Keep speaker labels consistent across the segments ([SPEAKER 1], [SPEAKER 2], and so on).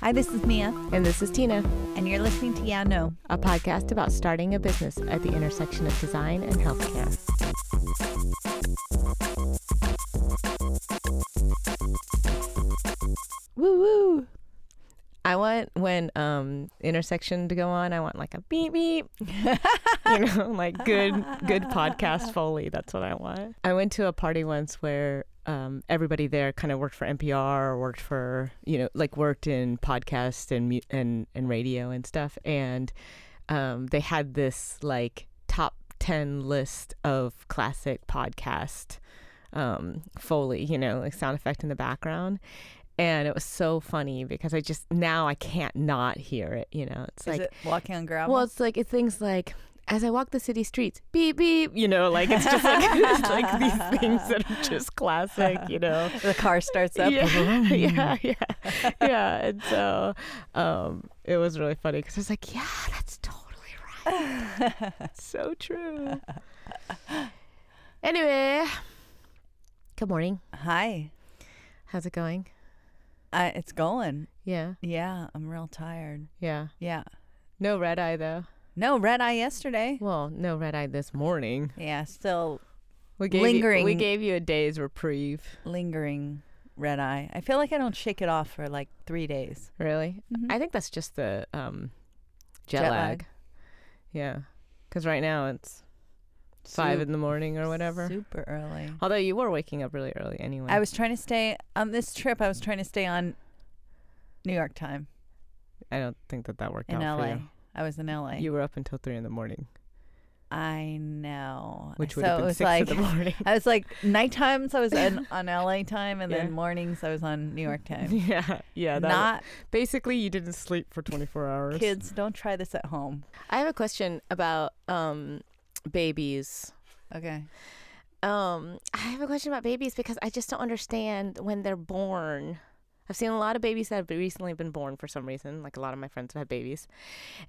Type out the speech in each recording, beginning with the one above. [SPEAKER 1] Hi, this is Mia,
[SPEAKER 2] And this is Tina,
[SPEAKER 1] and you're listening to Yeah No.
[SPEAKER 2] a podcast about starting a business at the intersection of design and healthcare. Woo woo! I want when um intersection to go on. I want like a beep beep, you know, like good good podcast foley. That's what I want. I went to a party once where um, everybody there kind of worked for NPR or worked for you know like worked in podcast and mu- and and radio and stuff, and um, they had this like top ten list of classic podcast um, foley, you know, like sound effect in the background. And it was so funny because I just now I can't not hear it. You know, it's like
[SPEAKER 1] is it walking on gravel?
[SPEAKER 2] well, it's like it's things like as I walk the city streets, beep beep. You know, like it's just like it's like these things that are just classic. You know.
[SPEAKER 1] the car starts up.
[SPEAKER 2] Yeah, yeah, yeah, yeah. And so um, it was really funny because I was like, "Yeah, that's totally right. That's so true." Anyway, good morning.
[SPEAKER 1] Hi.
[SPEAKER 2] How's it going?
[SPEAKER 1] Uh, it's going.
[SPEAKER 2] Yeah,
[SPEAKER 1] Yeah, I'm real tired.
[SPEAKER 2] yeah.
[SPEAKER 1] Yeah.
[SPEAKER 2] No red eye though.
[SPEAKER 1] No red eye yesterday.
[SPEAKER 2] Well, no red eye this morning.
[SPEAKER 1] Yeah, still
[SPEAKER 2] We gave You, we
[SPEAKER 1] Lingering.
[SPEAKER 2] gave you a day's reprieve.
[SPEAKER 1] lingering red eye. I feel like I don't shake it off for like three days.
[SPEAKER 2] Really? I think that's just the um, jet,
[SPEAKER 1] Mm-hmm. Jet
[SPEAKER 2] lag.
[SPEAKER 1] lag.
[SPEAKER 2] Yeah. Because right now it's five
[SPEAKER 1] Su-
[SPEAKER 2] in the morning or whatever.
[SPEAKER 1] Super early.
[SPEAKER 2] Although you were waking up really early anyway.
[SPEAKER 1] I was trying to stay on this trip. I was trying to stay on New York time
[SPEAKER 2] I don't think that that worked
[SPEAKER 1] in
[SPEAKER 2] out
[SPEAKER 1] LA.
[SPEAKER 2] for you.
[SPEAKER 1] I was in LA.
[SPEAKER 2] You were up until three in the morning,
[SPEAKER 1] I know. so
[SPEAKER 2] which would have
[SPEAKER 1] it
[SPEAKER 2] been
[SPEAKER 1] was
[SPEAKER 2] six
[SPEAKER 1] like
[SPEAKER 2] in the morning.
[SPEAKER 1] I was like night times I was on, on LA time and
[SPEAKER 2] Yeah.
[SPEAKER 1] then mornings I was on New York time.
[SPEAKER 2] yeah, yeah. That
[SPEAKER 1] Not
[SPEAKER 2] basically you didn't sleep for twenty four hours.
[SPEAKER 1] kids, don't try this at home.
[SPEAKER 2] I have a question about um, babies.
[SPEAKER 1] Okay.
[SPEAKER 2] Um, I have a question about babies because I just don't understand when they're born. I've seen a lot of babies that have recently been born for some reason, like a lot of my friends have had babies.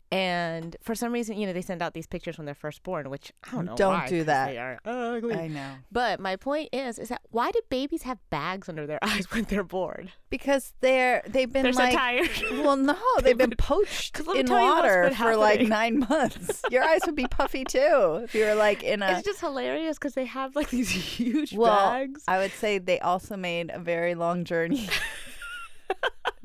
[SPEAKER 2] And for some reason, you know, they send out these pictures when they're first born, which I don't know.
[SPEAKER 1] Don't
[SPEAKER 2] why,
[SPEAKER 1] do
[SPEAKER 2] 'cause
[SPEAKER 1] that.
[SPEAKER 2] They are ugly.
[SPEAKER 1] I know.
[SPEAKER 2] but my point is, is that why do babies have bags under their eyes when they're born?
[SPEAKER 1] Because they're they've been
[SPEAKER 2] They're
[SPEAKER 1] like
[SPEAKER 2] so tired.
[SPEAKER 1] Well, no, they've been poached
[SPEAKER 2] 'Cause let me
[SPEAKER 1] in
[SPEAKER 2] tell you what's
[SPEAKER 1] water
[SPEAKER 2] been
[SPEAKER 1] for like
[SPEAKER 2] happening.
[SPEAKER 1] nine months. Your eyes would be puffy too if you were like in a.
[SPEAKER 2] it's just hilarious because they have like these huge
[SPEAKER 1] well,
[SPEAKER 2] bags.
[SPEAKER 1] I would say they also made a very long journey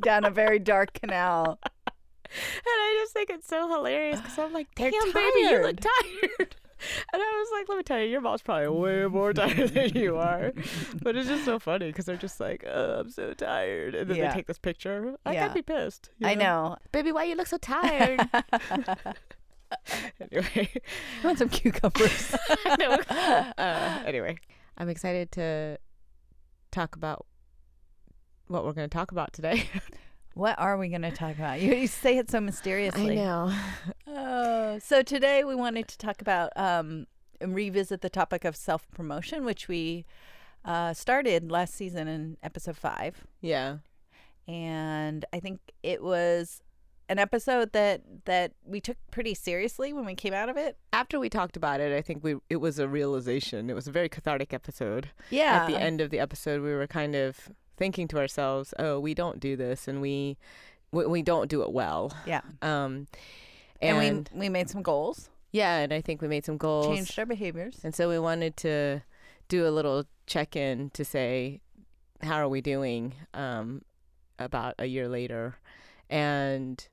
[SPEAKER 1] down a very dark canal.
[SPEAKER 2] And I just think it's so hilarious because I'm like,
[SPEAKER 1] They're
[SPEAKER 2] damn, baby, you look
[SPEAKER 1] tired."
[SPEAKER 2] tired. And I was like, let me tell you, your mom's probably way more tired than you are. But it's just so funny because they're just like, oh, I'm so tired. And then
[SPEAKER 1] Yeah.
[SPEAKER 2] they take this picture. Like,
[SPEAKER 1] Yeah.
[SPEAKER 2] I'd be pissed. you
[SPEAKER 1] I know.
[SPEAKER 2] Baby, why you look so tired? anyway.
[SPEAKER 1] I want some cucumbers.
[SPEAKER 2] No. Uh, anyway. I'm excited to talk about what we're going to talk about today.
[SPEAKER 1] what are we going to talk about? You, you say it so mysteriously.
[SPEAKER 2] know.
[SPEAKER 1] Oh, so today we wanted to talk about um, and revisit the topic of self promotion, which we uh, started last season in episode five,
[SPEAKER 2] Yeah.
[SPEAKER 1] and I think it was an episode that that we took pretty seriously when we came out of it.
[SPEAKER 2] After we talked about it, I think we it was a realization. It was a very cathartic episode.
[SPEAKER 1] Yeah,
[SPEAKER 2] at the end of the episode we were kind of thinking to ourselves oh we don't do this and we we, we don't do it well
[SPEAKER 1] yeah,
[SPEAKER 2] um
[SPEAKER 1] and,
[SPEAKER 2] and,
[SPEAKER 1] we we made some goals,
[SPEAKER 2] yeah and i think we made some goals
[SPEAKER 1] changed our behaviors.
[SPEAKER 2] and so we wanted to do a little check-in to say how are we doing um about a year later and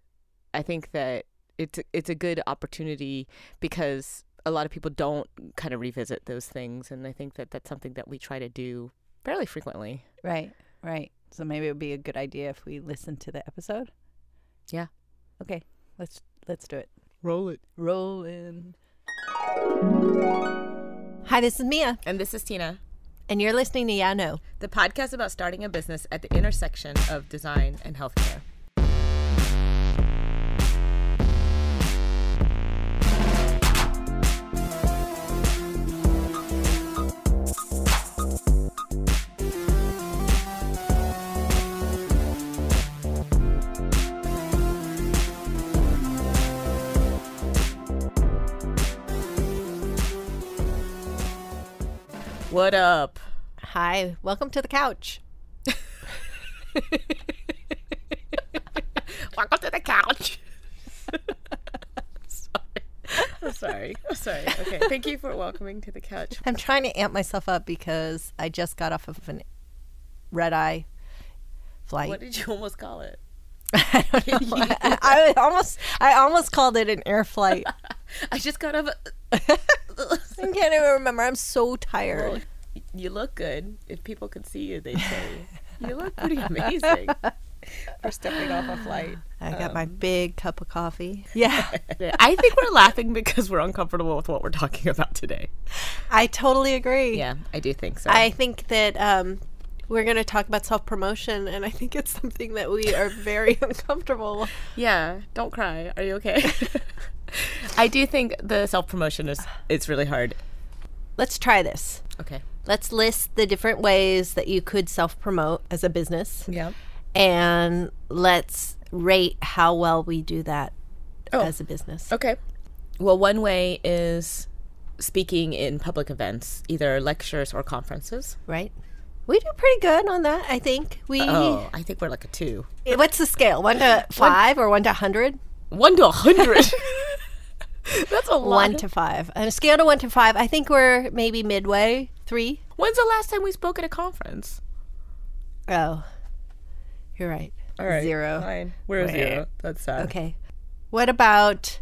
[SPEAKER 2] i think that it's it's a good opportunity because a lot of people don't kind of revisit those things and i think that that's something that we try to do fairly frequently
[SPEAKER 1] Right, right. So maybe it would be a good idea if we listened to the episode.
[SPEAKER 2] Yeah.
[SPEAKER 1] Okay, let's let's do it.
[SPEAKER 2] Roll it.
[SPEAKER 1] Rolling. Hi, this is Mia,
[SPEAKER 2] And this is Tina,
[SPEAKER 1] and you're listening to Yano.
[SPEAKER 2] the podcast about starting a business at the intersection of design and healthcare. What up?
[SPEAKER 3] Hi, welcome to the couch.
[SPEAKER 2] Welcome to the couch. sorry. I'm sorry. I'm sorry. Okay. Thank you for welcoming to the couch.
[SPEAKER 3] I'm trying to amp myself up because I just got off of an red eye flight.
[SPEAKER 2] What did you almost call it?
[SPEAKER 3] I, don't know. I, I almost I almost called it an air flight.
[SPEAKER 2] I just got up.
[SPEAKER 3] I can't even remember. I'm so tired.
[SPEAKER 2] Well, Oh, you look good. If people could see you, they'd say, You look pretty amazing for stepping off a flight.
[SPEAKER 3] I got
[SPEAKER 2] um,
[SPEAKER 3] my big cup of coffee. Yeah.
[SPEAKER 2] I think we're laughing because we're uncomfortable with what we're talking about today.
[SPEAKER 3] I totally agree.
[SPEAKER 2] Yeah, I do think so.
[SPEAKER 1] I think that um, we're going to talk about self promotion, and I think it's something that we are very uncomfortable.
[SPEAKER 2] yeah, don't cry. Are you okay? I do think the self promotion is it's really hard.
[SPEAKER 1] Let's try this.
[SPEAKER 2] Okay.
[SPEAKER 1] Let's list the different ways that you could self promote as a business,
[SPEAKER 2] Yeah.
[SPEAKER 1] and let's rate how well we do that
[SPEAKER 2] Oh.
[SPEAKER 1] as a business.
[SPEAKER 2] Okay. Well, one way is speaking in public events, either lectures or conferences.
[SPEAKER 1] Right? We do pretty good on that, I think. We
[SPEAKER 2] Oh, I think we're like a two.
[SPEAKER 1] what's the scale? One to five or one to hundred?
[SPEAKER 2] One to a hundred. That's a lot.
[SPEAKER 1] One to five. On a scale to one to five, I think we're maybe midway, three.
[SPEAKER 2] When's the last time we spoke at a conference?
[SPEAKER 1] Oh, you're right.
[SPEAKER 2] All right.
[SPEAKER 1] Zero.
[SPEAKER 2] Fine. We're a zero. That's sad.
[SPEAKER 1] Okay. What about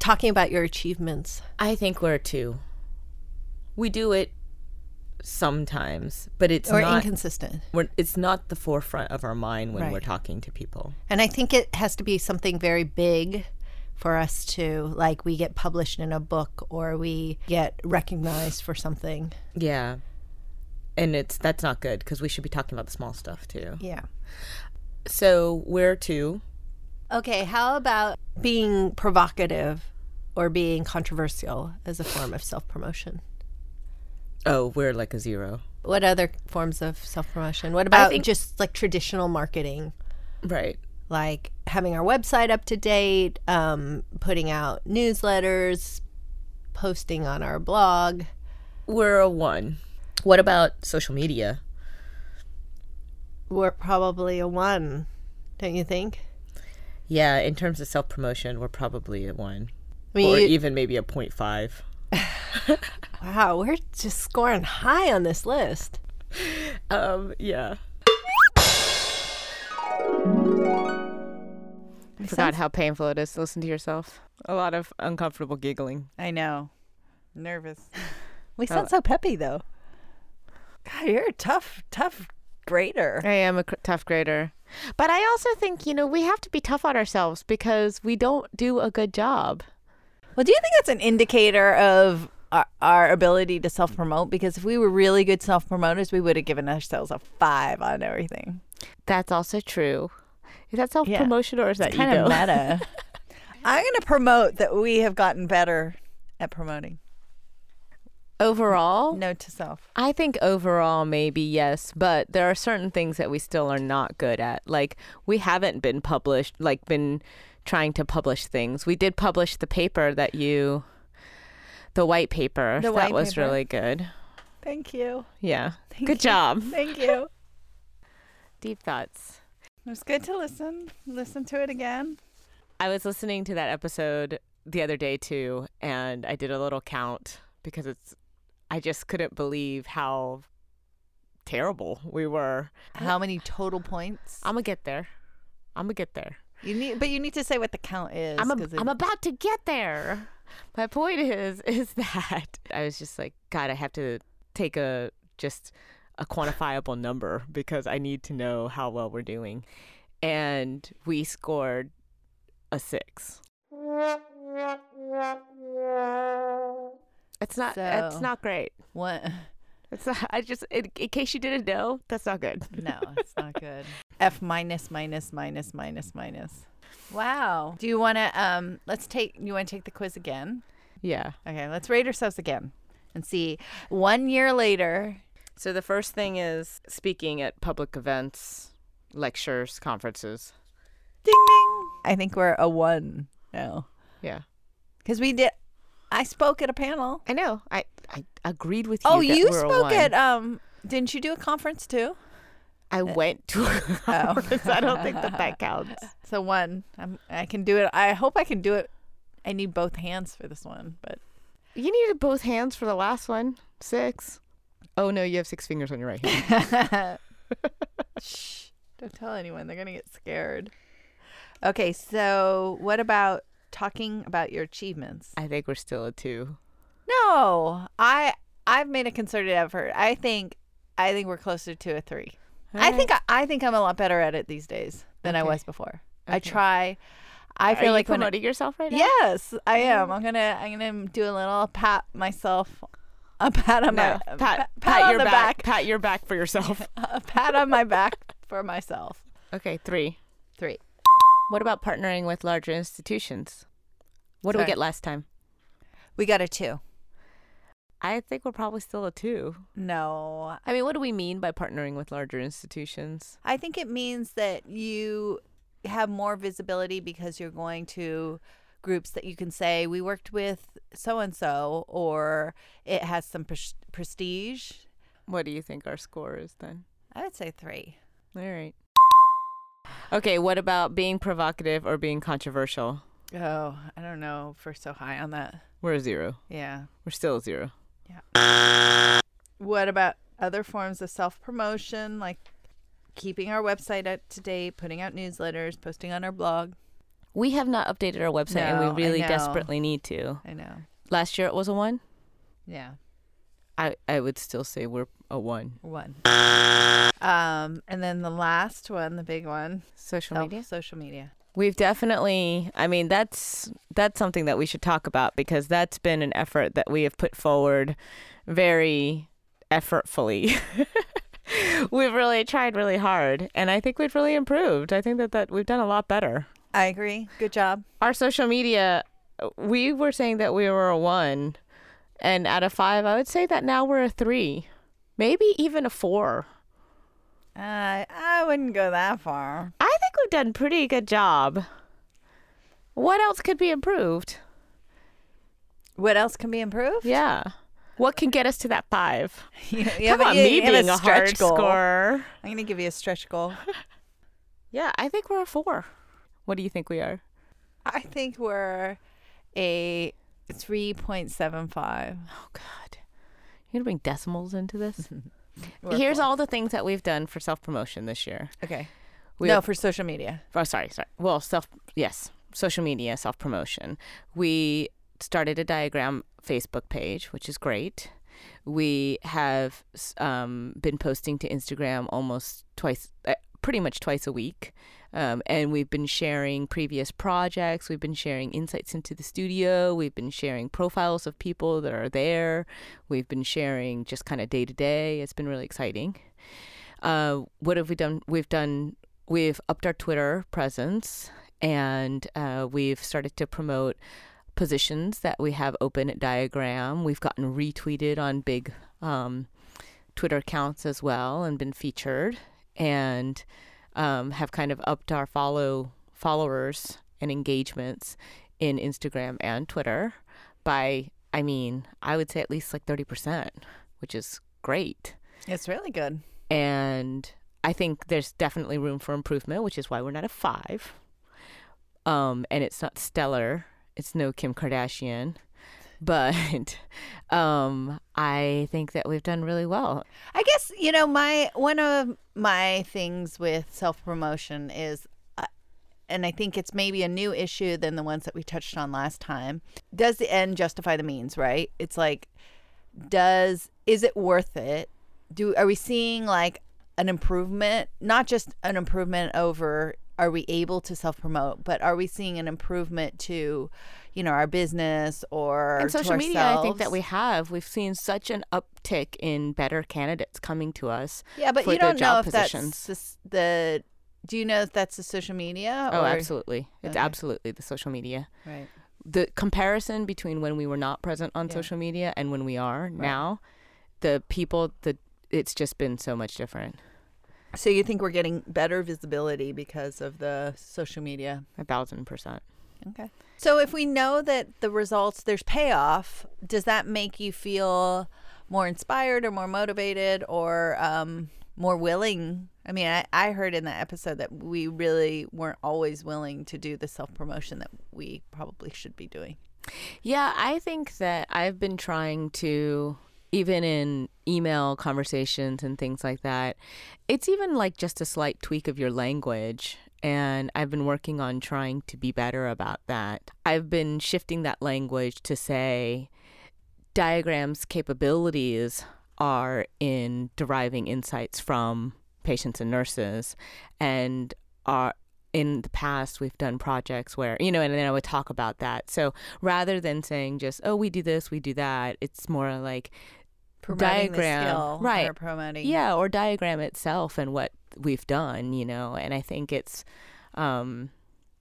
[SPEAKER 1] talking about your achievements?
[SPEAKER 2] I think we're a two. We do it sometimes, but it's
[SPEAKER 1] Or
[SPEAKER 2] not
[SPEAKER 1] inconsistent.
[SPEAKER 2] we're, it's not the forefront of our mind when we're
[SPEAKER 1] Right.
[SPEAKER 2] talking to people.
[SPEAKER 1] And I think it has to be something very big for us to like we get published in a book or we get recognized for something.
[SPEAKER 2] Yeah. And it's that's not good because we should be talking about the small stuff too.
[SPEAKER 1] Yeah.
[SPEAKER 2] So we're a two.
[SPEAKER 1] Okay, how about being provocative or being controversial as a form of self-promotion?
[SPEAKER 2] Oh, we're like a zero.
[SPEAKER 1] What other forms of self-promotion? What about
[SPEAKER 2] think-
[SPEAKER 1] just like traditional marketing?
[SPEAKER 2] Right.
[SPEAKER 1] like having our website up to date, um, putting out newsletters, posting on our blog.
[SPEAKER 2] We're a one. What about social media?
[SPEAKER 1] We're probably a one, don't you think?
[SPEAKER 2] Yeah, in terms of self promotion, we're probably a one.
[SPEAKER 1] I mean,
[SPEAKER 2] or
[SPEAKER 3] e-
[SPEAKER 1] you-
[SPEAKER 2] even maybe a point five.
[SPEAKER 1] wow, we're just scoring high on this list.
[SPEAKER 2] Um, yeah.
[SPEAKER 3] Makes
[SPEAKER 4] forgot
[SPEAKER 3] sense?
[SPEAKER 4] how painful it is to listen to yourself. A lot of uncomfortable giggling.
[SPEAKER 3] I know. Nervous. We
[SPEAKER 4] Oh.
[SPEAKER 3] sound so peppy though. Uh, God, you're a tough, tough grader.
[SPEAKER 4] I am a cr- tough grader. But I also think, you know, we have to be tough on ourselves because we don't do a good job.
[SPEAKER 3] Well, do you think that's an indicator of our, our ability to self promote? Because if we were really good self promoters, we would have given ourselves a five on everything.
[SPEAKER 4] That's also true. Is that self promotion or is that
[SPEAKER 3] Kind
[SPEAKER 4] ego?
[SPEAKER 3] of meta. I'm going to promote that we have gotten better at promoting.
[SPEAKER 4] Overall,
[SPEAKER 3] Note to self.
[SPEAKER 4] I think overall, maybe yes, but there are certain things that we still are not good at. Like, we haven't been published, like, been trying to publish things. We did publish the paper that you, the white paper.
[SPEAKER 3] The
[SPEAKER 4] that
[SPEAKER 3] white
[SPEAKER 4] was
[SPEAKER 3] paper.
[SPEAKER 4] really good.
[SPEAKER 3] Thank you.
[SPEAKER 4] Yeah.
[SPEAKER 3] Thank
[SPEAKER 4] good
[SPEAKER 3] you.
[SPEAKER 4] job.
[SPEAKER 3] Thank you.
[SPEAKER 4] Deep thoughts.
[SPEAKER 3] It was good to listen. Listen to it again.
[SPEAKER 4] I was listening to that episode the other day too, and I did a little count because it's, I just couldn't believe how terrible we were.
[SPEAKER 3] How many total points?
[SPEAKER 4] I'm gonna get there. I'm gonna get there.
[SPEAKER 3] You need, but you need to say what the count is.
[SPEAKER 4] I'm, a,
[SPEAKER 3] 'cause it-
[SPEAKER 4] I'm about to get there. My point is, is that I was just like, God, I have to take a just a quantifiable number because I need to know how well we're doing. And we scored a six. It's not.
[SPEAKER 3] So-
[SPEAKER 4] It's not great.
[SPEAKER 3] What?
[SPEAKER 4] It's not. I just, in, in case you didn't know, that's not good.
[SPEAKER 3] No, it's not good. F minus minus minus minus minus. Wow. Do you want to um let's take you want to take the quiz again?
[SPEAKER 4] Yeah.
[SPEAKER 3] Okay, let's rate ourselves again and see 1 year later.
[SPEAKER 4] So the first thing is speaking at public events, lectures, conferences.
[SPEAKER 3] Ding ding. I think we're a 1 now.
[SPEAKER 4] Yeah.
[SPEAKER 3] Cuz we did I spoke at a panel.
[SPEAKER 4] I know. I I agreed with you.
[SPEAKER 3] Oh,
[SPEAKER 4] that
[SPEAKER 3] you
[SPEAKER 4] we're a
[SPEAKER 3] spoke
[SPEAKER 4] one.
[SPEAKER 3] at um. Didn't you do a conference too?
[SPEAKER 4] I went to. a conference. I don't think that that counts.
[SPEAKER 3] So one, I'm, I can do it. I hope I can do it. I need both hands for this one, but
[SPEAKER 4] You needed both hands for the last one. Six. Oh no, you have six fingers on your right hand.
[SPEAKER 3] Shh, don't tell anyone. They're going to get scared. Okay, so what about talking about your achievements?
[SPEAKER 4] I think we're still a two.
[SPEAKER 3] No, I I've made a concerted effort. I think I think we're closer to a 3. I think I, I think I'm a lot better at it these days than I
[SPEAKER 4] Okay.
[SPEAKER 3] was before. I
[SPEAKER 4] Okay.
[SPEAKER 3] try. I
[SPEAKER 4] Are
[SPEAKER 3] feel
[SPEAKER 4] you
[SPEAKER 3] like when I-
[SPEAKER 4] promoting yourself right now?
[SPEAKER 3] Yes, I am. I'm gonna I'm gonna do a little pat myself, a pat on
[SPEAKER 4] No,
[SPEAKER 3] my
[SPEAKER 4] pat, pat,
[SPEAKER 3] on
[SPEAKER 4] your
[SPEAKER 3] the
[SPEAKER 4] back. Pat your back for yourself.
[SPEAKER 3] a pat on my back for myself.
[SPEAKER 4] okay, three.
[SPEAKER 3] Three.
[SPEAKER 4] What about partnering with larger institutions? What did we
[SPEAKER 3] Sorry.
[SPEAKER 4] get last time?
[SPEAKER 3] We got a two.
[SPEAKER 4] I think we're probably still a two.
[SPEAKER 3] No,
[SPEAKER 4] I mean, what do we mean by partnering with larger institutions?
[SPEAKER 3] I think it means that you have more visibility because you're going to groups that you can say we worked with so and so, or it has some pres- prestige.
[SPEAKER 4] What do you think our score is then?
[SPEAKER 3] I would say three.
[SPEAKER 4] All right. Okay, what about being provocative or being controversial?
[SPEAKER 3] Oh, I don't know if we're so high on that.
[SPEAKER 4] We're a zero.
[SPEAKER 3] Yeah.
[SPEAKER 4] We're still a zero.
[SPEAKER 3] What about other forms of self promotion, like keeping our website up to date, putting out newsletters, posting on our blog?
[SPEAKER 4] We have not updated our website
[SPEAKER 3] No, I
[SPEAKER 4] and we really
[SPEAKER 3] know.
[SPEAKER 4] desperately need to.
[SPEAKER 3] I know.
[SPEAKER 4] Last year it was a one.
[SPEAKER 3] Yeah.
[SPEAKER 4] I, I would still say we're a one.
[SPEAKER 3] One. Um, and then the last one, the big one,
[SPEAKER 4] Social
[SPEAKER 3] self-
[SPEAKER 4] media?
[SPEAKER 3] social media.
[SPEAKER 4] We've definitely I mean that's that's something that we should talk about because that's been an effort that we have put forward very effortfully. we've really tried really hard and I think we've really improved. I think that, that we've done a lot better.
[SPEAKER 3] I agree. Good job.
[SPEAKER 4] Our social media we were saying that we were a 1 and out of 5 I would say that now we're a 3. Maybe even a 4.
[SPEAKER 3] Uh, I wouldn't go that far.
[SPEAKER 4] I think we've done pretty good job. What else could be improved?
[SPEAKER 3] What else can be improved?
[SPEAKER 4] Yeah. What can get us to that five?
[SPEAKER 3] You, you
[SPEAKER 4] Yeah,
[SPEAKER 3] have
[SPEAKER 4] Come
[SPEAKER 3] a-
[SPEAKER 4] on,
[SPEAKER 3] you-
[SPEAKER 4] me
[SPEAKER 3] you have
[SPEAKER 4] being a
[SPEAKER 3] stretch
[SPEAKER 4] hard
[SPEAKER 3] goal.
[SPEAKER 4] scorer.
[SPEAKER 3] I'm going to give you a stretch goal.
[SPEAKER 4] Yeah, I think we're a four. What do you think we are?
[SPEAKER 3] I think we're a 3.75.
[SPEAKER 4] Oh God, you're gonna bring decimals into this.
[SPEAKER 3] We're
[SPEAKER 4] Here's
[SPEAKER 3] full.
[SPEAKER 4] all the things that we've done for self promotion this year.
[SPEAKER 3] Okay.
[SPEAKER 4] We
[SPEAKER 3] no,
[SPEAKER 4] have-
[SPEAKER 3] for social media.
[SPEAKER 4] oh, sorry, sorry. Well, self yes, social media self promotion. We started a diagram Facebook page, which is great. We have s- um, been posting to Instagram almost twice, uh, pretty much twice a week. Um, and we've been sharing previous projects. We've been sharing insights into the studio. We've been sharing profiles of people that are there. We've been sharing just kind of day to day. It's been really exciting. Uh, what have we done? We've done, we've upped our Twitter presence and uh, we've started to promote positions that we have open at Diagram. We've gotten retweeted on big um, Twitter accounts as well and been featured, and um, have kind of upped our follow followers and engagements in Instagram and Twitter by, I mean, I would say at least like thirty percent, which is great
[SPEAKER 3] It's really good.
[SPEAKER 4] and I think there's definitely room for improvement, which is why we're not a five. Um, and it's not stellar. It's no Kim Kardashian, but um, I think that we've done really well.
[SPEAKER 3] I guess you know my one of my things with self promotion is, uh, and I think it's maybe a new issue than the ones that we touched on last time. Does the end justify the means? Right? It's like, does is it worth it? Do are we seeing like an improvement? Not just an improvement over are we able to self promote, but are we seeing an improvement to, you know, our business or
[SPEAKER 4] And
[SPEAKER 3] to
[SPEAKER 4] social media, I think that
[SPEAKER 3] ourselves?
[SPEAKER 4] we have. We've seen such an uptick in better candidates coming to us.
[SPEAKER 3] Yeah, but
[SPEAKER 4] for
[SPEAKER 3] you
[SPEAKER 4] their
[SPEAKER 3] don't know
[SPEAKER 4] job
[SPEAKER 3] if
[SPEAKER 4] positions.
[SPEAKER 3] that's the, s- the. Do you know if that's the social media?
[SPEAKER 4] Oh,
[SPEAKER 3] or-
[SPEAKER 4] absolutely. It's
[SPEAKER 3] Okay.
[SPEAKER 4] absolutely the social media.
[SPEAKER 3] Right.
[SPEAKER 4] the comparison between when we were not present on
[SPEAKER 3] Yeah.
[SPEAKER 4] social media and when we are now, the people, the it's just been so much different.
[SPEAKER 3] So you think we're getting better visibility because of the social media?
[SPEAKER 4] A thousand percent.
[SPEAKER 3] Okay. So if we know that the results there's payoff, does that make you feel more inspired or more motivated or um, more willing? I mean, I, I heard in that episode that we really weren't always willing to do the self promotion that we probably should be doing.
[SPEAKER 4] Yeah, I think that I've been trying to, even in email conversations and things like that, it's even like just a slight tweak of your language. And I've been working on trying to be better about that. I've been shifting that language to say, diagrams capabilities are in deriving insights from patients and nurses and are in the past we've done projects where you know and then i would talk about that so rather than saying just oh we do this we do that it's more like
[SPEAKER 3] Promoting the
[SPEAKER 4] Diagram,
[SPEAKER 3] skill
[SPEAKER 4] right.
[SPEAKER 3] Or promoting.
[SPEAKER 4] yeah or diagram itself and what we've done you know and i think it's um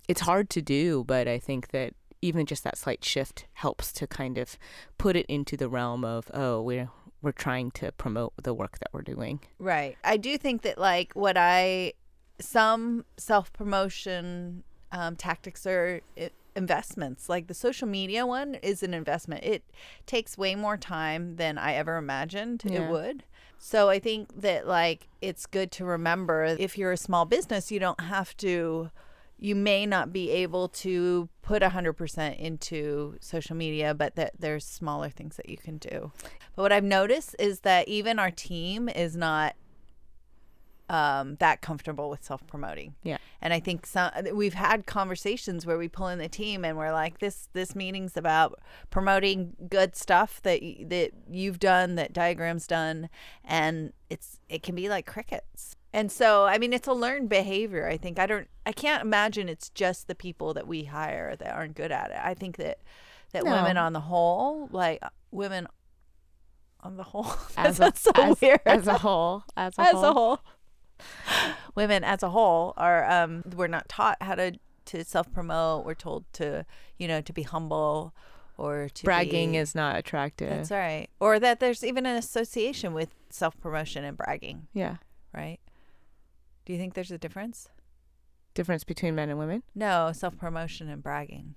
[SPEAKER 4] it's hard to do but i think that even just that slight shift helps to kind of put it into the realm of oh we're we're trying to promote the work that we're doing
[SPEAKER 3] Right. I do think that like what I some self promotion um, tactics are i- investments. Like the social media one is an investment. It takes way more time than I ever imagined it
[SPEAKER 4] Yeah.
[SPEAKER 3] would. So I think that like it's good to remember if you're a small business, you don't have to you may not be able to put 100% into social media, but that there's smaller things that you can do. But what I've noticed is that even our team is not um, that comfortable with self promoting.
[SPEAKER 4] Yeah.
[SPEAKER 3] And I think some we've had conversations where we pull in the team and we're like, this this meeting's about promoting good stuff that y- that you've done, that diagrams done, and it's it can be like crickets. And so, I mean, it's a learned behavior. I think I don't, I can't imagine it's just the people that we hire that aren't good at it. I think that that
[SPEAKER 4] No.
[SPEAKER 3] women on the whole, like women on the whole,
[SPEAKER 4] As a-
[SPEAKER 3] as that's so
[SPEAKER 4] as-
[SPEAKER 3] weird.
[SPEAKER 4] as a whole as a whole,
[SPEAKER 3] women as a whole are um, we're not taught how to to self promote. We're told to you know to be humble or to
[SPEAKER 4] bragging
[SPEAKER 3] be-
[SPEAKER 4] is not attractive
[SPEAKER 3] that's right, or that there's even an association with self promotion and bragging,
[SPEAKER 4] yeah
[SPEAKER 3] right? Do you think there's a difference?
[SPEAKER 4] difference between men and women
[SPEAKER 3] No, self promotion and bragging.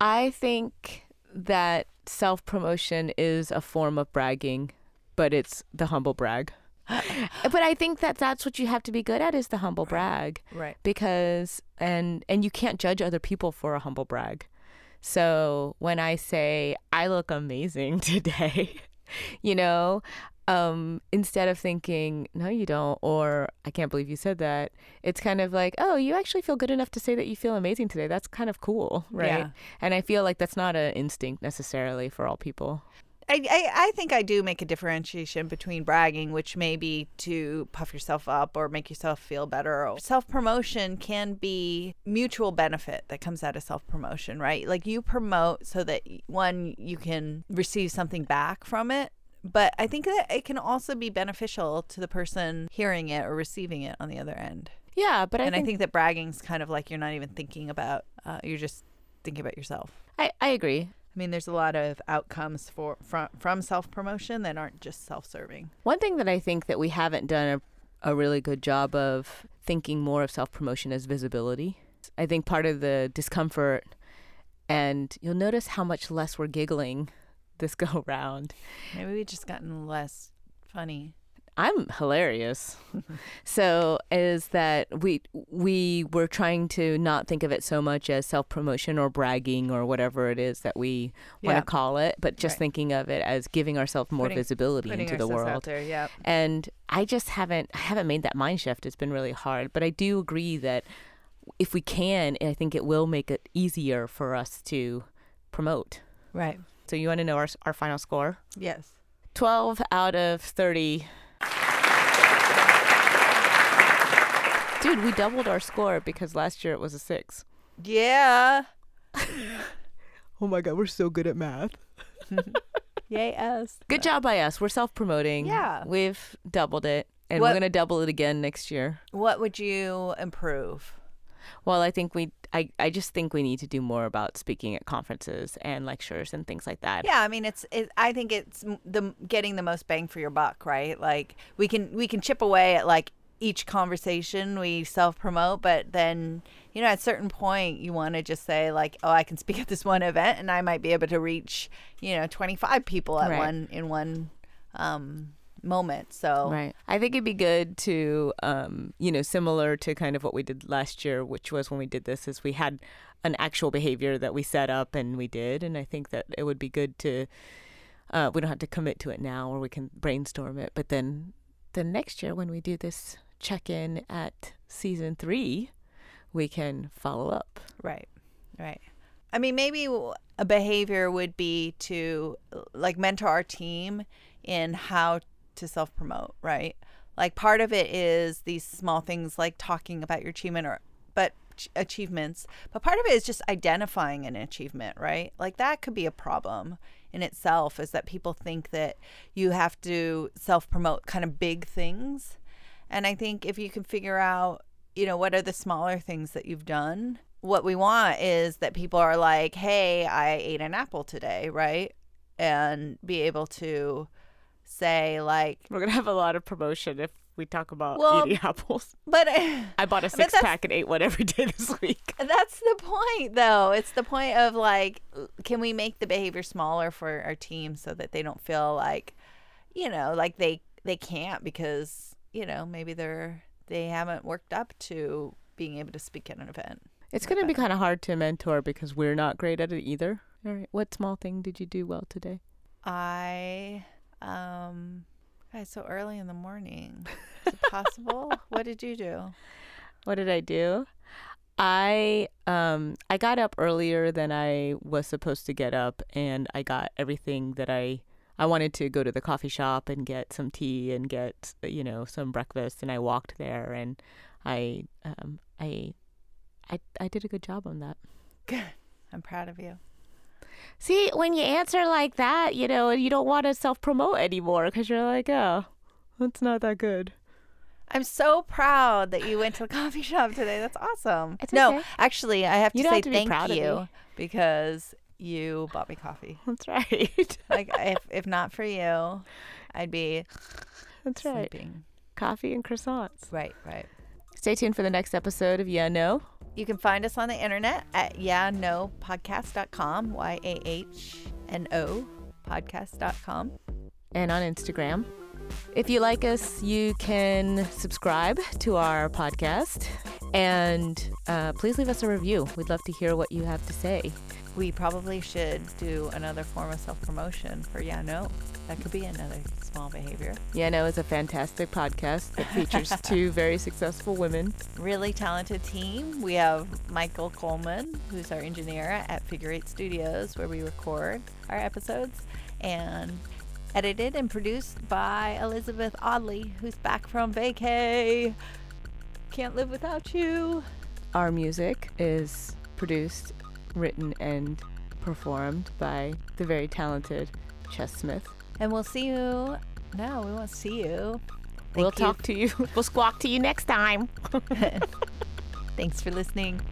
[SPEAKER 4] I think that self promotion is a form of bragging, but it's the humble brag. but I think that that's what you have to be good at is the humble brag
[SPEAKER 3] Right.
[SPEAKER 4] because and and you can't judge other people for a humble brag. So when I say I look amazing today, you know, um instead of thinking no you don't or I can't believe you said that, it's kind of like, oh, you actually feel good enough to say that you feel amazing today. That's kind of cool, right?
[SPEAKER 3] Yeah.
[SPEAKER 4] And I feel like that's not an instinct necessarily for all people.
[SPEAKER 3] I, I, I think I do make a differentiation between bragging, which may be to puff yourself up or make yourself feel better. Self promotion can be mutual benefit that comes out of self promotion, right? Like you promote so that one, you can receive something back from it. But I think that it can also be beneficial to the person hearing it or receiving it on the other end.
[SPEAKER 4] Yeah, but I
[SPEAKER 3] and
[SPEAKER 4] think,
[SPEAKER 3] I think that bragging's kind of like you're not even thinking about, uh, you're just thinking about yourself.
[SPEAKER 4] I, I agree.
[SPEAKER 3] I mean, there's a lot of outcomes for from from self promotion that aren't just self serving.
[SPEAKER 4] One thing that I think that we haven't done a, a really good job of thinking more of self promotion as visibility. I think part of the discomfort, and you'll notice how much less we're giggling this go round.
[SPEAKER 3] Maybe we've just gotten less funny.
[SPEAKER 4] I'm hilarious. so is that we we were trying to not think of it so much as self promotion or bragging or whatever it is that we want
[SPEAKER 3] Yeah.
[SPEAKER 4] to call it, but just
[SPEAKER 3] Right.
[SPEAKER 4] thinking of it as giving ourselves more
[SPEAKER 3] Putting-
[SPEAKER 4] visibility
[SPEAKER 3] Putting
[SPEAKER 4] into the
[SPEAKER 3] ourselves
[SPEAKER 4] world
[SPEAKER 3] out there, yeah.
[SPEAKER 4] and I just haven't I haven't made that mind shift. It's been really hard, but I do agree that if we can, I think it will make it easier for us to promote.
[SPEAKER 3] Right.
[SPEAKER 4] So you want to know our our final score?
[SPEAKER 3] Yes.
[SPEAKER 4] 12 out of 30. Dude, we doubled our score because last year it was a 6.
[SPEAKER 3] Yeah.
[SPEAKER 4] Oh my god, we're so good at math.
[SPEAKER 3] Yay us.
[SPEAKER 4] Good job by us. We're self-promoting.
[SPEAKER 3] Yeah.
[SPEAKER 4] We've doubled it and
[SPEAKER 3] What-
[SPEAKER 4] we're going to double it again next year.
[SPEAKER 3] What would you improve?
[SPEAKER 4] Well, I think we, I, I just think we need to do more about speaking at conferences and lectures and things like that.
[SPEAKER 3] Yeah, I mean, it's. It, I think it's m- the getting the most bang for your buck, right? Like we can we can chip away at like each conversation we self promote, but then you know, at a certain point, you want to just say, like, oh, I can speak at this one event and I might be able to reach, you know, 25 people at
[SPEAKER 4] Right.
[SPEAKER 3] one in one um, moment. So,
[SPEAKER 4] Right. I think it'd be good to, um, you know, similar to kind of what we did last year, which was when we did this, is we had an actual behavior that we set up and we did. And I think that it would be good to, uh, we don't have to commit to it now or we can brainstorm it. But then the next year when we do this check in at season three, we can follow up.
[SPEAKER 3] Right. Right. I mean, maybe w- a behavior would be to like mentor our team in how to self promote, right? Like part of it is these small things like talking about your achievement or but ch- achievements, but part of it is just identifying an achievement, right? Like that could be a problem in itself is that people think that you have to self promote kind of big things. And I think if you can figure out, you know, what are the smaller things that you've done, what we want is that people are like, hey, I ate an apple today, right? And be able to say, like,
[SPEAKER 4] We're going to have a lot of promotion if we talk about
[SPEAKER 3] Well-
[SPEAKER 4] eating apples.
[SPEAKER 3] but
[SPEAKER 4] I bought a
[SPEAKER 3] that's-
[SPEAKER 4] six pack and ate one every day this week.
[SPEAKER 3] that's the point, though. It's the point of like, can we make the behavior smaller for our team so that they don't feel like, you know, like they they can't because you know maybe they're they haven't worked up to being able to speak at an event.
[SPEAKER 4] It's going to be kind of hard to mentor because we're not great at it either. All right. What small thing did you do well today?
[SPEAKER 3] I um guys so early in the morning. Is it possible? what did you do?
[SPEAKER 4] What did I do? I um I got up earlier than I was supposed to get up and I got everything that I I wanted to go to the coffee shop and get some tea and get you know some breakfast and I walked there and I um I I I did a good job on that.
[SPEAKER 3] I'm proud of you.
[SPEAKER 4] See, when you answer like that, you know, you don't want to self promote anymore because you're like, oh, that's not that good.
[SPEAKER 3] I'm so proud that you went to the coffee shop today. That's awesome.
[SPEAKER 4] It's
[SPEAKER 3] no,
[SPEAKER 4] okay.
[SPEAKER 3] actually, I have to
[SPEAKER 4] You don't
[SPEAKER 3] say
[SPEAKER 4] have to be
[SPEAKER 3] thank
[SPEAKER 4] proud of
[SPEAKER 3] you
[SPEAKER 4] me.
[SPEAKER 3] because you bought me coffee.
[SPEAKER 4] That's right.
[SPEAKER 3] Like if if not for you, I'd be
[SPEAKER 4] That's right.
[SPEAKER 3] sleeping.
[SPEAKER 4] Coffee and croissants.
[SPEAKER 3] Right, right.
[SPEAKER 4] Stay tuned for the next episode of Yeah No.
[SPEAKER 3] You can find us on the internet at yahnopodcast.com, Y A H N O podcast.com.
[SPEAKER 4] and on Instagram. If you like us, you can subscribe to our podcast and uh, please leave us a review. We'd love to hear what you have to say.
[SPEAKER 3] We probably should do another form of self promotion for Yeah No. That could be another small behavior.
[SPEAKER 4] Yeah No is a fantastic podcast that features two very successful women.
[SPEAKER 3] Really talented team. We have Michael Coleman, who's our engineer at Figure Eight Studios, where we record our episodes, and edited and produced by Elizabeth Audley, who's back from vacay. Can't live without you.
[SPEAKER 4] Our music is produced, written, and performed by the very talented Chess Smith.
[SPEAKER 3] And we'll see you. No, we won't see you. Thank
[SPEAKER 4] we'll
[SPEAKER 3] you.
[SPEAKER 4] talk to you. We'll squawk to you next time.
[SPEAKER 3] Thanks for listening.